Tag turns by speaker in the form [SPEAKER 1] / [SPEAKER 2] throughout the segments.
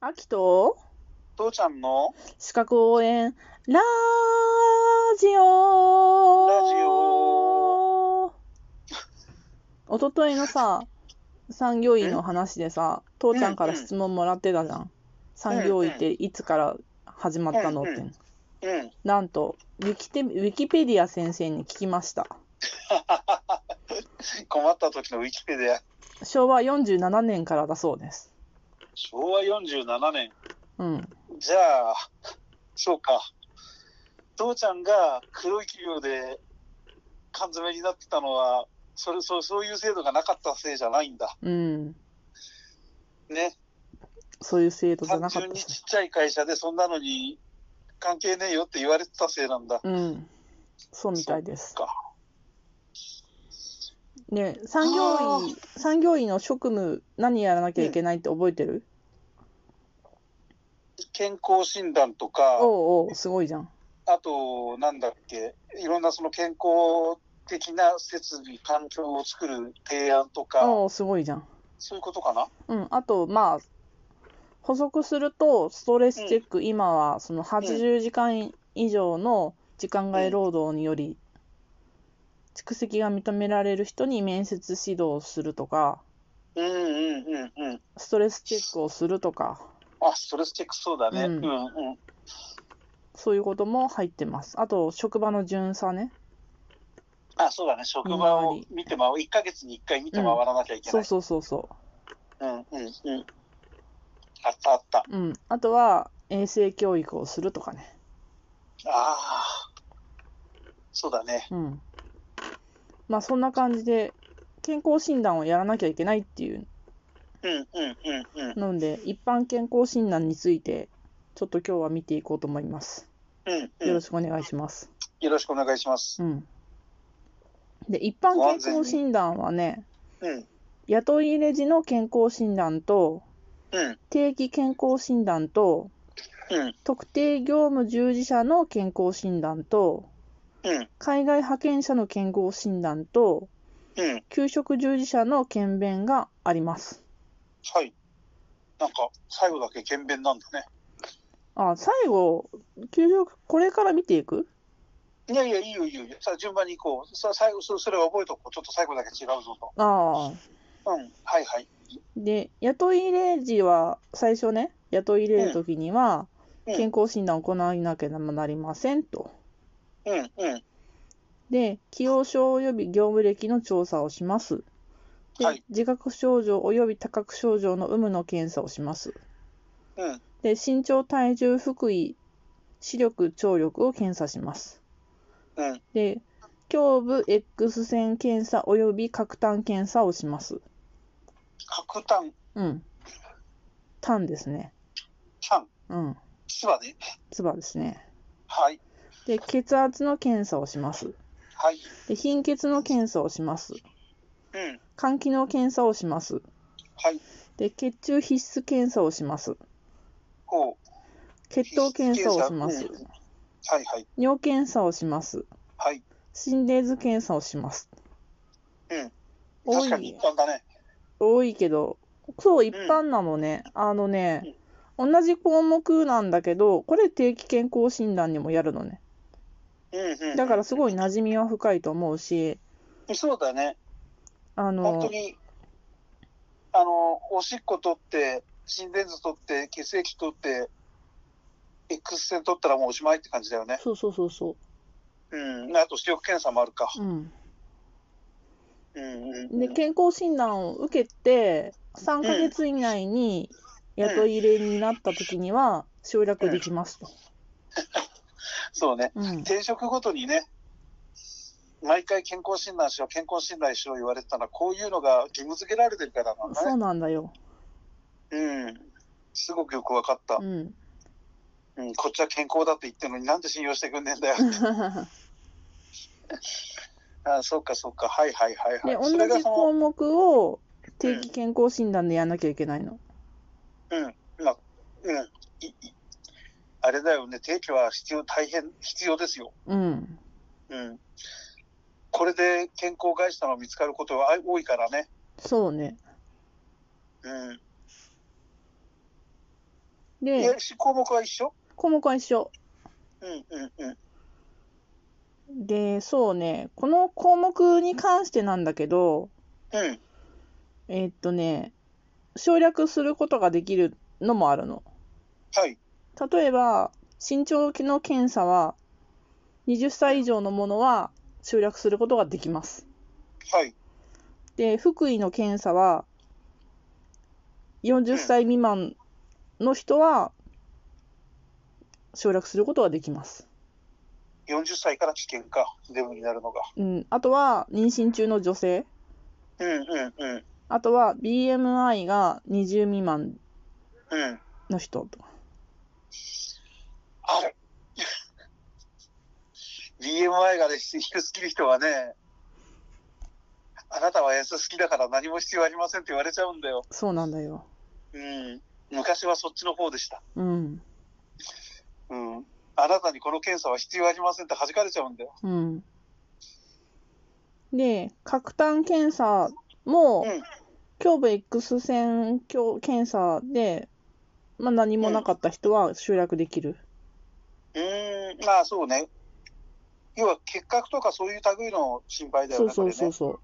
[SPEAKER 1] アキト
[SPEAKER 2] 父ちゃんの
[SPEAKER 1] 資格応援ラジオ
[SPEAKER 2] ラジオ
[SPEAKER 1] おとといのさ産業医の話でさ父ちゃんから質問もらってたじゃん産業医っていつから始まったのっ
[SPEAKER 2] うんう
[SPEAKER 1] て
[SPEAKER 2] んうん。
[SPEAKER 1] なんとウィキテウィキペディア先生に聞きました
[SPEAKER 2] 困った時のウィキペディア。
[SPEAKER 1] 昭和47年からだそうです
[SPEAKER 2] 昭和47年。
[SPEAKER 1] うん
[SPEAKER 2] じゃあ、そうか。父ちゃんが黒い企業で缶詰になってたのは、それそうそういう制度がなかったせいじゃないんだ。
[SPEAKER 1] うん
[SPEAKER 2] ね。
[SPEAKER 1] そういう制度じゃ
[SPEAKER 2] 単
[SPEAKER 1] なかっ
[SPEAKER 2] 純
[SPEAKER 1] た
[SPEAKER 2] に
[SPEAKER 1] し
[SPEAKER 2] ちっちゃい会社でそんなのに関係ねえよって言われてたせいなんだ。
[SPEAKER 1] うん、そうみたいです
[SPEAKER 2] そっ。
[SPEAKER 1] ねえ産業医、産業医の職務、何やらなきゃいけないって覚えてる、
[SPEAKER 2] 健康診断とか、
[SPEAKER 1] おうおう、すごいじゃん。
[SPEAKER 2] あと、なんだっけ、いろんなその健康的な設備、環境を作る提案とか、
[SPEAKER 1] おう、すごいじゃん。
[SPEAKER 2] そういうことかな。
[SPEAKER 1] うん、あと、まあ、補足すると、ストレスチェック、今はその80時間以上の時間外労働により、蓄積が認められる人に面接指導をするとか、
[SPEAKER 2] うんうんうんうん。
[SPEAKER 1] ストレスチェックをするとか、
[SPEAKER 2] あ、ストレスチェックそうだね。
[SPEAKER 1] う
[SPEAKER 2] うんんうん。
[SPEAKER 1] そういうことも入ってます。あと、職場の巡査ね。
[SPEAKER 2] あ、そうだね。職場を
[SPEAKER 1] 見回
[SPEAKER 2] 見て回る。1ヶ月に1回見て回らなきゃいけな
[SPEAKER 1] そう
[SPEAKER 2] い。
[SPEAKER 1] そうそうそ
[SPEAKER 2] うんうんうん。あったあった。
[SPEAKER 1] う。うん。あとは、衛生教育をするとかね。
[SPEAKER 2] ああ。そうだね。
[SPEAKER 1] うん。まあ、そんな感じで、健康診断をやらなきゃいけないっていう
[SPEAKER 2] うんうんうんうん。
[SPEAKER 1] ので、一般健康診断について、ちょっと今日は見ていこうと思います。
[SPEAKER 2] うんうん、
[SPEAKER 1] よろ
[SPEAKER 2] よ
[SPEAKER 1] しくお願いします。
[SPEAKER 2] ろしくお願いします。
[SPEAKER 1] うん。で、一般健康診断はね、
[SPEAKER 2] うん
[SPEAKER 1] 雇い入れ時の健康診断と、
[SPEAKER 2] うん
[SPEAKER 1] 定期健康診断と、
[SPEAKER 2] うん
[SPEAKER 1] 特定業務従事者の健康診断と、
[SPEAKER 2] うん
[SPEAKER 1] 海外派遣者の健康診断と
[SPEAKER 2] うん。
[SPEAKER 1] 給食従事者の検便があります。
[SPEAKER 2] はい。なんか、最後だけ検便なんだね。
[SPEAKER 1] あ、最後、給食、これから見ていく
[SPEAKER 2] いやいや、いいよ、いいよいいよ。さあ、順番に行こう。さあ、最後、そそれは覚えとこう。ちょっと最後だけ違うぞと。
[SPEAKER 1] ああ。
[SPEAKER 2] うん、はいはい。
[SPEAKER 1] で、雇い入れ時は、最初ね、雇い入れる時には、
[SPEAKER 2] うん
[SPEAKER 1] 健康診断を行わなければなりませんと。
[SPEAKER 2] うん、うん。
[SPEAKER 1] で、起用症及び業務歴の調査をします。で、
[SPEAKER 2] はい
[SPEAKER 1] 自覚症状及び多覚症状の有無の検査をします。
[SPEAKER 2] うん、
[SPEAKER 1] で、身長、体重、腹囲、視力、聴力を検査します。
[SPEAKER 2] うん、
[SPEAKER 1] で、胸部 X 線検査および角炭検査をします。
[SPEAKER 2] 角炭、
[SPEAKER 1] うん。炭ですね。
[SPEAKER 2] ちゃん、
[SPEAKER 1] うん。
[SPEAKER 2] つばね。
[SPEAKER 1] 唾ですね。
[SPEAKER 2] はい、
[SPEAKER 1] で、血圧の検査をします。
[SPEAKER 2] はい。
[SPEAKER 1] で、貧血の検査をします。
[SPEAKER 2] うん、
[SPEAKER 1] 肝機能検査をします。
[SPEAKER 2] はい。
[SPEAKER 1] で、血中必須検査をします。
[SPEAKER 2] こう。
[SPEAKER 1] 血糖検査をします
[SPEAKER 2] 必須。検はい、はい、
[SPEAKER 1] 尿検査をします。
[SPEAKER 2] はい。
[SPEAKER 1] 心電図検査をします。
[SPEAKER 2] うん。
[SPEAKER 1] 多
[SPEAKER 2] 確か
[SPEAKER 1] い
[SPEAKER 2] に一、般だね。
[SPEAKER 1] 多いけど、そう、一般なのね。あのね、同じ項目なんだけど、これ定期健康診断にもやるのね。
[SPEAKER 2] うん、うん。
[SPEAKER 1] だからすごい馴染みは深いと思うし、
[SPEAKER 2] そうだね。
[SPEAKER 1] あ
[SPEAKER 2] 本当
[SPEAKER 1] の、
[SPEAKER 2] に、あの、おしっこ取って、心電図取って、血液取って、X 線取ったらもうおしまいって感じだよね。
[SPEAKER 1] そうそうそうそ
[SPEAKER 2] うん、あと視力検査もあるか。
[SPEAKER 1] う。うん。
[SPEAKER 2] うんうん
[SPEAKER 1] で、健康診断を受けて、3ヶ月以内に雇い入れになった時には省略できますと。
[SPEAKER 2] そうね、
[SPEAKER 1] うん。
[SPEAKER 2] 定職ごとにね、毎回健康診断しろ、健康診断しろ言われてたのは、こういうのが義務付けられてるからなん
[SPEAKER 1] そ
[SPEAKER 2] だ
[SPEAKER 1] う
[SPEAKER 2] ね。
[SPEAKER 1] なんだよ。
[SPEAKER 2] うん、すごくよく分かった、
[SPEAKER 1] うん。
[SPEAKER 2] うん。こっちは健康だって言ってるのになんで信用してくんねえんだよ。あそうか、そうか、はいはいはいは
[SPEAKER 1] で、
[SPEAKER 2] い。
[SPEAKER 1] 同
[SPEAKER 2] それが
[SPEAKER 1] じ
[SPEAKER 2] そ
[SPEAKER 1] 項
[SPEAKER 2] の、
[SPEAKER 1] 目を定期健康診断でやんなきゃいけないの。
[SPEAKER 2] うん、まあ、うん、いいあれだよね、定期は必要、大変必要ですよ。
[SPEAKER 1] うん。
[SPEAKER 2] うん。これで健康を害したの見つかることは多いからね。
[SPEAKER 1] そうね。
[SPEAKER 2] うんい
[SPEAKER 1] で
[SPEAKER 2] や、し項目は一緒
[SPEAKER 1] 項目は一緒
[SPEAKER 2] うんうんうん。
[SPEAKER 1] でそうねこの項目に関してなんだけど
[SPEAKER 2] うん。
[SPEAKER 1] えーっとね省略することができるのもあるの
[SPEAKER 2] はい。
[SPEAKER 1] 例えば身長の検査は20歳以上のものは省略することができます
[SPEAKER 2] はい。
[SPEAKER 1] で福井の検査は40歳未満の人は省略することができます、
[SPEAKER 2] 40歳から危険か、デブになるのが。
[SPEAKER 1] うん、あとは妊娠中の女性
[SPEAKER 2] うんうんうん。
[SPEAKER 1] あとは BMI が20未満
[SPEAKER 2] うん。
[SPEAKER 1] の人とか
[SPEAKER 2] あ る。BMI がね、昼好きる人はね、あなたは安好きだから何も必要ありませんって言われちゃうんだよ。
[SPEAKER 1] そうなんだよ
[SPEAKER 2] うん。昔はそっちの方でした。
[SPEAKER 1] うん
[SPEAKER 2] うん。あなたにこの検査は必要ありませんって弾かれちゃうんだよ。
[SPEAKER 1] うんで核炭検査も、
[SPEAKER 2] うん
[SPEAKER 1] 胸部 X 線鏡検査で、まあ、何もなかった人は集約できる、
[SPEAKER 2] うーん。まあそうね。要は結核とかそういう類の心配だよ
[SPEAKER 1] そう
[SPEAKER 2] ね。
[SPEAKER 1] そうそう
[SPEAKER 2] こ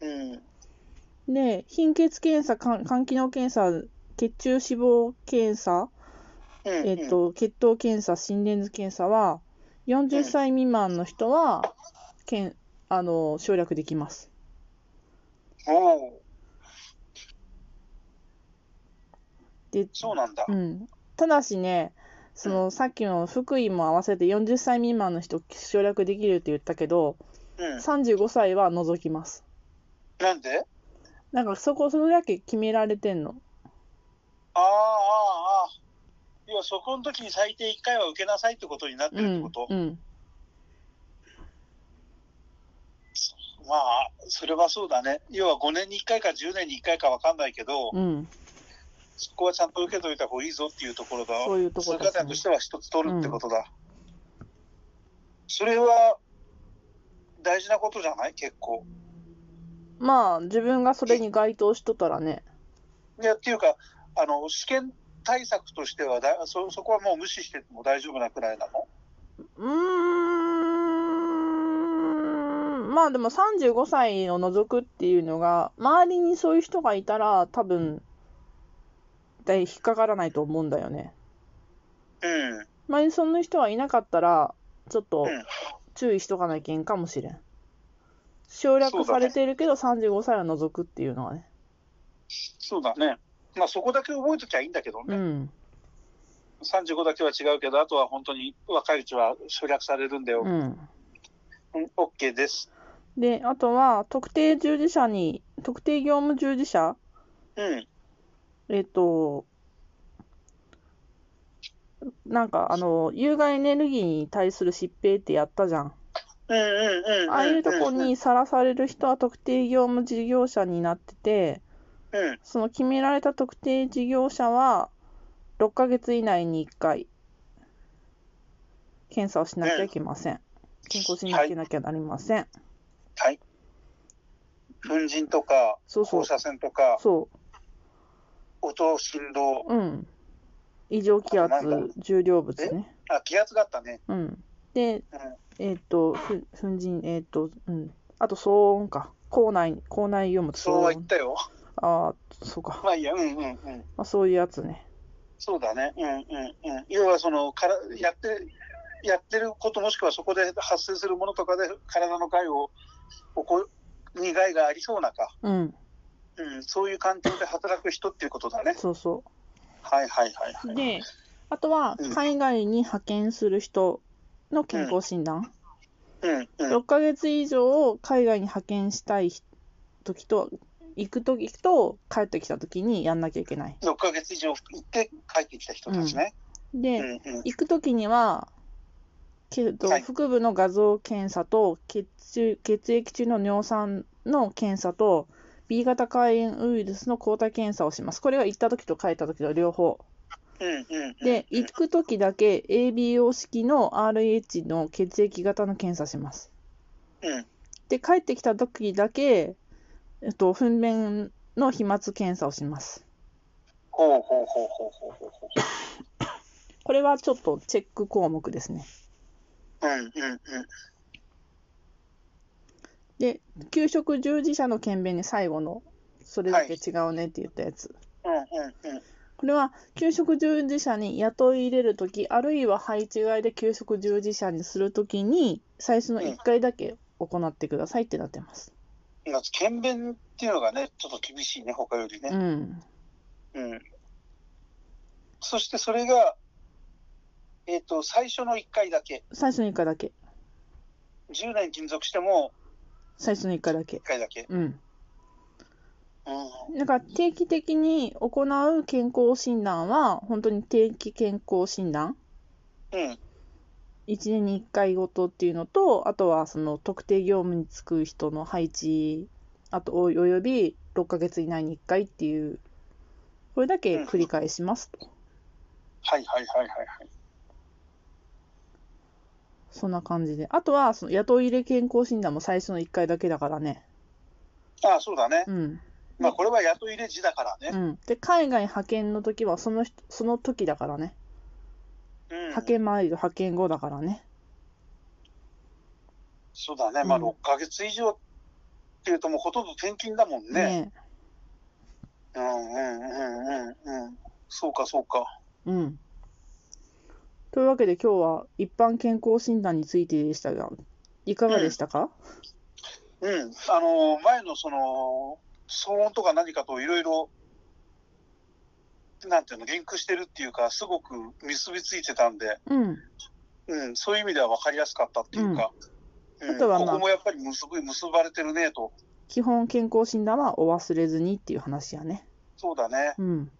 [SPEAKER 1] そう
[SPEAKER 2] れね。
[SPEAKER 1] で、貧血検査、肝肝機能検査、血中脂肪検査、
[SPEAKER 2] うん。うん、
[SPEAKER 1] えっ、と、血糖検査、心電図検査は、40歳未満の人は、けんあの省略できます。
[SPEAKER 2] うん。おお。
[SPEAKER 1] で、
[SPEAKER 2] そうなんだ。
[SPEAKER 1] うん、ただしね、そのさっきの福井も合わせて40歳未満の人省略できるって言ったけど、
[SPEAKER 2] うん。
[SPEAKER 1] 35歳は除きます。
[SPEAKER 2] なんで
[SPEAKER 1] なんかそこ、それだけ決められてんの。
[SPEAKER 2] ああ、ああ、ああ。いや、そこの時に最低1回は受けなさいってことになっ
[SPEAKER 1] う
[SPEAKER 2] てるって
[SPEAKER 1] ん
[SPEAKER 2] こ、と、
[SPEAKER 1] うん、
[SPEAKER 2] まあ、それはそうだね。要は5年に1回か10年に1回か分かんないけど、
[SPEAKER 1] うん、
[SPEAKER 2] そこはちゃんと受けといた方がいいぞっていうところだ。
[SPEAKER 1] そういうとこで
[SPEAKER 2] 通過
[SPEAKER 1] す
[SPEAKER 2] 点
[SPEAKER 1] ね
[SPEAKER 2] と。しては一つ取るってことだ。それは大事なことじゃない結構。
[SPEAKER 1] まあ、自分がそれに該当しとったらね、
[SPEAKER 2] いや、っていうか、あの、試験対策としてはだそ、そこはもう無視しても大丈夫なくらいなの
[SPEAKER 1] うーん、まあでも35歳を除くっていうのが、周りにそういう人がいたら、多分大引っかからないと思うんだよね。
[SPEAKER 2] うん。
[SPEAKER 1] 周りにそんな人はいなかったら、ちょっと
[SPEAKER 2] うん
[SPEAKER 1] 注意しとかないけんかもしれん。省略されてるけど、35歳を除くっていうのはね。
[SPEAKER 2] そうだね。まあ、そこだけ覚えときゃいいんだけどね。
[SPEAKER 1] うん、
[SPEAKER 2] 35だけは違うけど、あとは本当に若いうちは省略されるんだよ。
[SPEAKER 1] うん。
[SPEAKER 2] うん、OK です。
[SPEAKER 1] で、あとは、特定従事者に、特定業務従事者
[SPEAKER 2] うん。
[SPEAKER 1] えっと、なんかあの有害エネルギーに対する疾病ってやったじゃん。
[SPEAKER 2] うんうんうんうん。
[SPEAKER 1] ああいうとこにさらされる人は特定業務事業者になってて、
[SPEAKER 2] うん。うん。
[SPEAKER 1] その決められた特定事業者は6ヶ月以内に1回検査をしなきゃいけません。健康診断を受けなきゃなりません。
[SPEAKER 2] はい。粉塵とか、
[SPEAKER 1] そうそう
[SPEAKER 2] 放射線とか、
[SPEAKER 1] そ
[SPEAKER 2] 音、振動、
[SPEAKER 1] う、うん。異常気圧
[SPEAKER 2] あなんだ、
[SPEAKER 1] 重量物ね。
[SPEAKER 2] あ、気圧があったね。
[SPEAKER 1] うん。で
[SPEAKER 2] うん、
[SPEAKER 1] えっ、と、ふ粉塵、えっ、と、うん。あと、騒音か。校内、校内読むと騒
[SPEAKER 2] そうは言っ
[SPEAKER 1] 音。
[SPEAKER 2] たよ。
[SPEAKER 1] ああ、そうか。
[SPEAKER 2] まあいいや、うんうんうん。
[SPEAKER 1] まあ、そういうやつね。
[SPEAKER 2] そうだね。うんうんうん。要はその、からやって、やってることもしくはそこで発生するものとかで体の害を起こ、に害がありそうなか。
[SPEAKER 1] うん。
[SPEAKER 2] うん、そういう環境で働く人っていうことだね。
[SPEAKER 1] そうそ
[SPEAKER 2] はいはいはい、は
[SPEAKER 1] う。
[SPEAKER 2] い。
[SPEAKER 1] で、あとは
[SPEAKER 2] うん、
[SPEAKER 1] 海外に派遣する人の健康診断。
[SPEAKER 2] うんうん
[SPEAKER 1] 6ヶ月以上、海外に派遣したい時と、行く時と、帰ってきた時にやんなきゃいけない。
[SPEAKER 2] 6ヶ月以上行って帰ってきた人たちね。う
[SPEAKER 1] で、
[SPEAKER 2] んうん
[SPEAKER 1] 行く時には、けど
[SPEAKER 2] はい
[SPEAKER 1] 腹部の画像検査と血中血液中の尿酸の検査と B 型肝炎ウイルスの抗体検査をします。これは行った時と帰った時の両方。
[SPEAKER 2] うんうん
[SPEAKER 1] で、
[SPEAKER 2] うん
[SPEAKER 1] 行く時だけ ABO 式の RH の血液型の検査します。
[SPEAKER 2] うん
[SPEAKER 1] で、帰ってきた時だけ、えっと、糞便の飛沫検査をします。
[SPEAKER 2] おほうほうほうほうほうほうほう。
[SPEAKER 1] これはちょっとチェック項目ですね。
[SPEAKER 2] うんうんうん。
[SPEAKER 1] で、給食従事者の検便に最後の、それだけ違うねって言ったやつ。
[SPEAKER 2] うんうんうん。
[SPEAKER 1] これは給食従事者に雇い入れるとき、あるいは配置外で給食従事者にするときに、最初の1回だけ行ってくださいってなってます。
[SPEAKER 2] まず、検便っていうのがね、ちょっと厳しいね、他より
[SPEAKER 1] う
[SPEAKER 2] ね。
[SPEAKER 1] ん。
[SPEAKER 2] うん。そしてそれが、えっ、と、最初の1回だけ。
[SPEAKER 1] 最初の1回だけ。
[SPEAKER 2] 10年勤続しても
[SPEAKER 1] 最初の1回だけ
[SPEAKER 2] 1。回だけ。
[SPEAKER 1] うん。
[SPEAKER 2] うん。
[SPEAKER 1] だから定期的に行う健康診断は、本当に定期健康診断
[SPEAKER 2] うん。
[SPEAKER 1] 1年に1回ごとっていうのと、あとはその特定業務に就く人の配置、あとおよび6ヶ月以内に1回っていう、これだけ繰り返しますと。
[SPEAKER 2] はいはいはいはいはい。
[SPEAKER 1] そんな感じで。あとはその雇い入れ健康診断も最初の1回だけだからね。
[SPEAKER 2] ああ、そうだね。
[SPEAKER 1] うん。
[SPEAKER 2] まあ、これは雇い入れ時だから
[SPEAKER 1] う
[SPEAKER 2] ね。
[SPEAKER 1] ん、で、海外派遣の時はその人その時だからね。
[SPEAKER 2] うん。
[SPEAKER 1] 派遣前と派遣後だからね。
[SPEAKER 2] そうだね。まあ、
[SPEAKER 1] うん
[SPEAKER 2] 6ヶ月以上っていうと、もうほとんど転勤だもんね。
[SPEAKER 1] ね
[SPEAKER 2] うんうんうんうんうん。そうかそうか。
[SPEAKER 1] えうん。というわけで今日は一般健康診断についてでしたが、いかがでしたか、
[SPEAKER 2] うん。あのー、前のその、騒音とか何かといろいろ、なんていうの、リンクしてるっていうか、すごく結びついてたんで、
[SPEAKER 1] うん。
[SPEAKER 2] うん、そういう意味では分かりやすかったっていうか、うん
[SPEAKER 1] あとはまあ
[SPEAKER 2] ここもやっぱり結ぶ結ばれてるねと、
[SPEAKER 1] 基本健康診断はお忘れずにっていう話やね。
[SPEAKER 2] そうだね。
[SPEAKER 1] うん。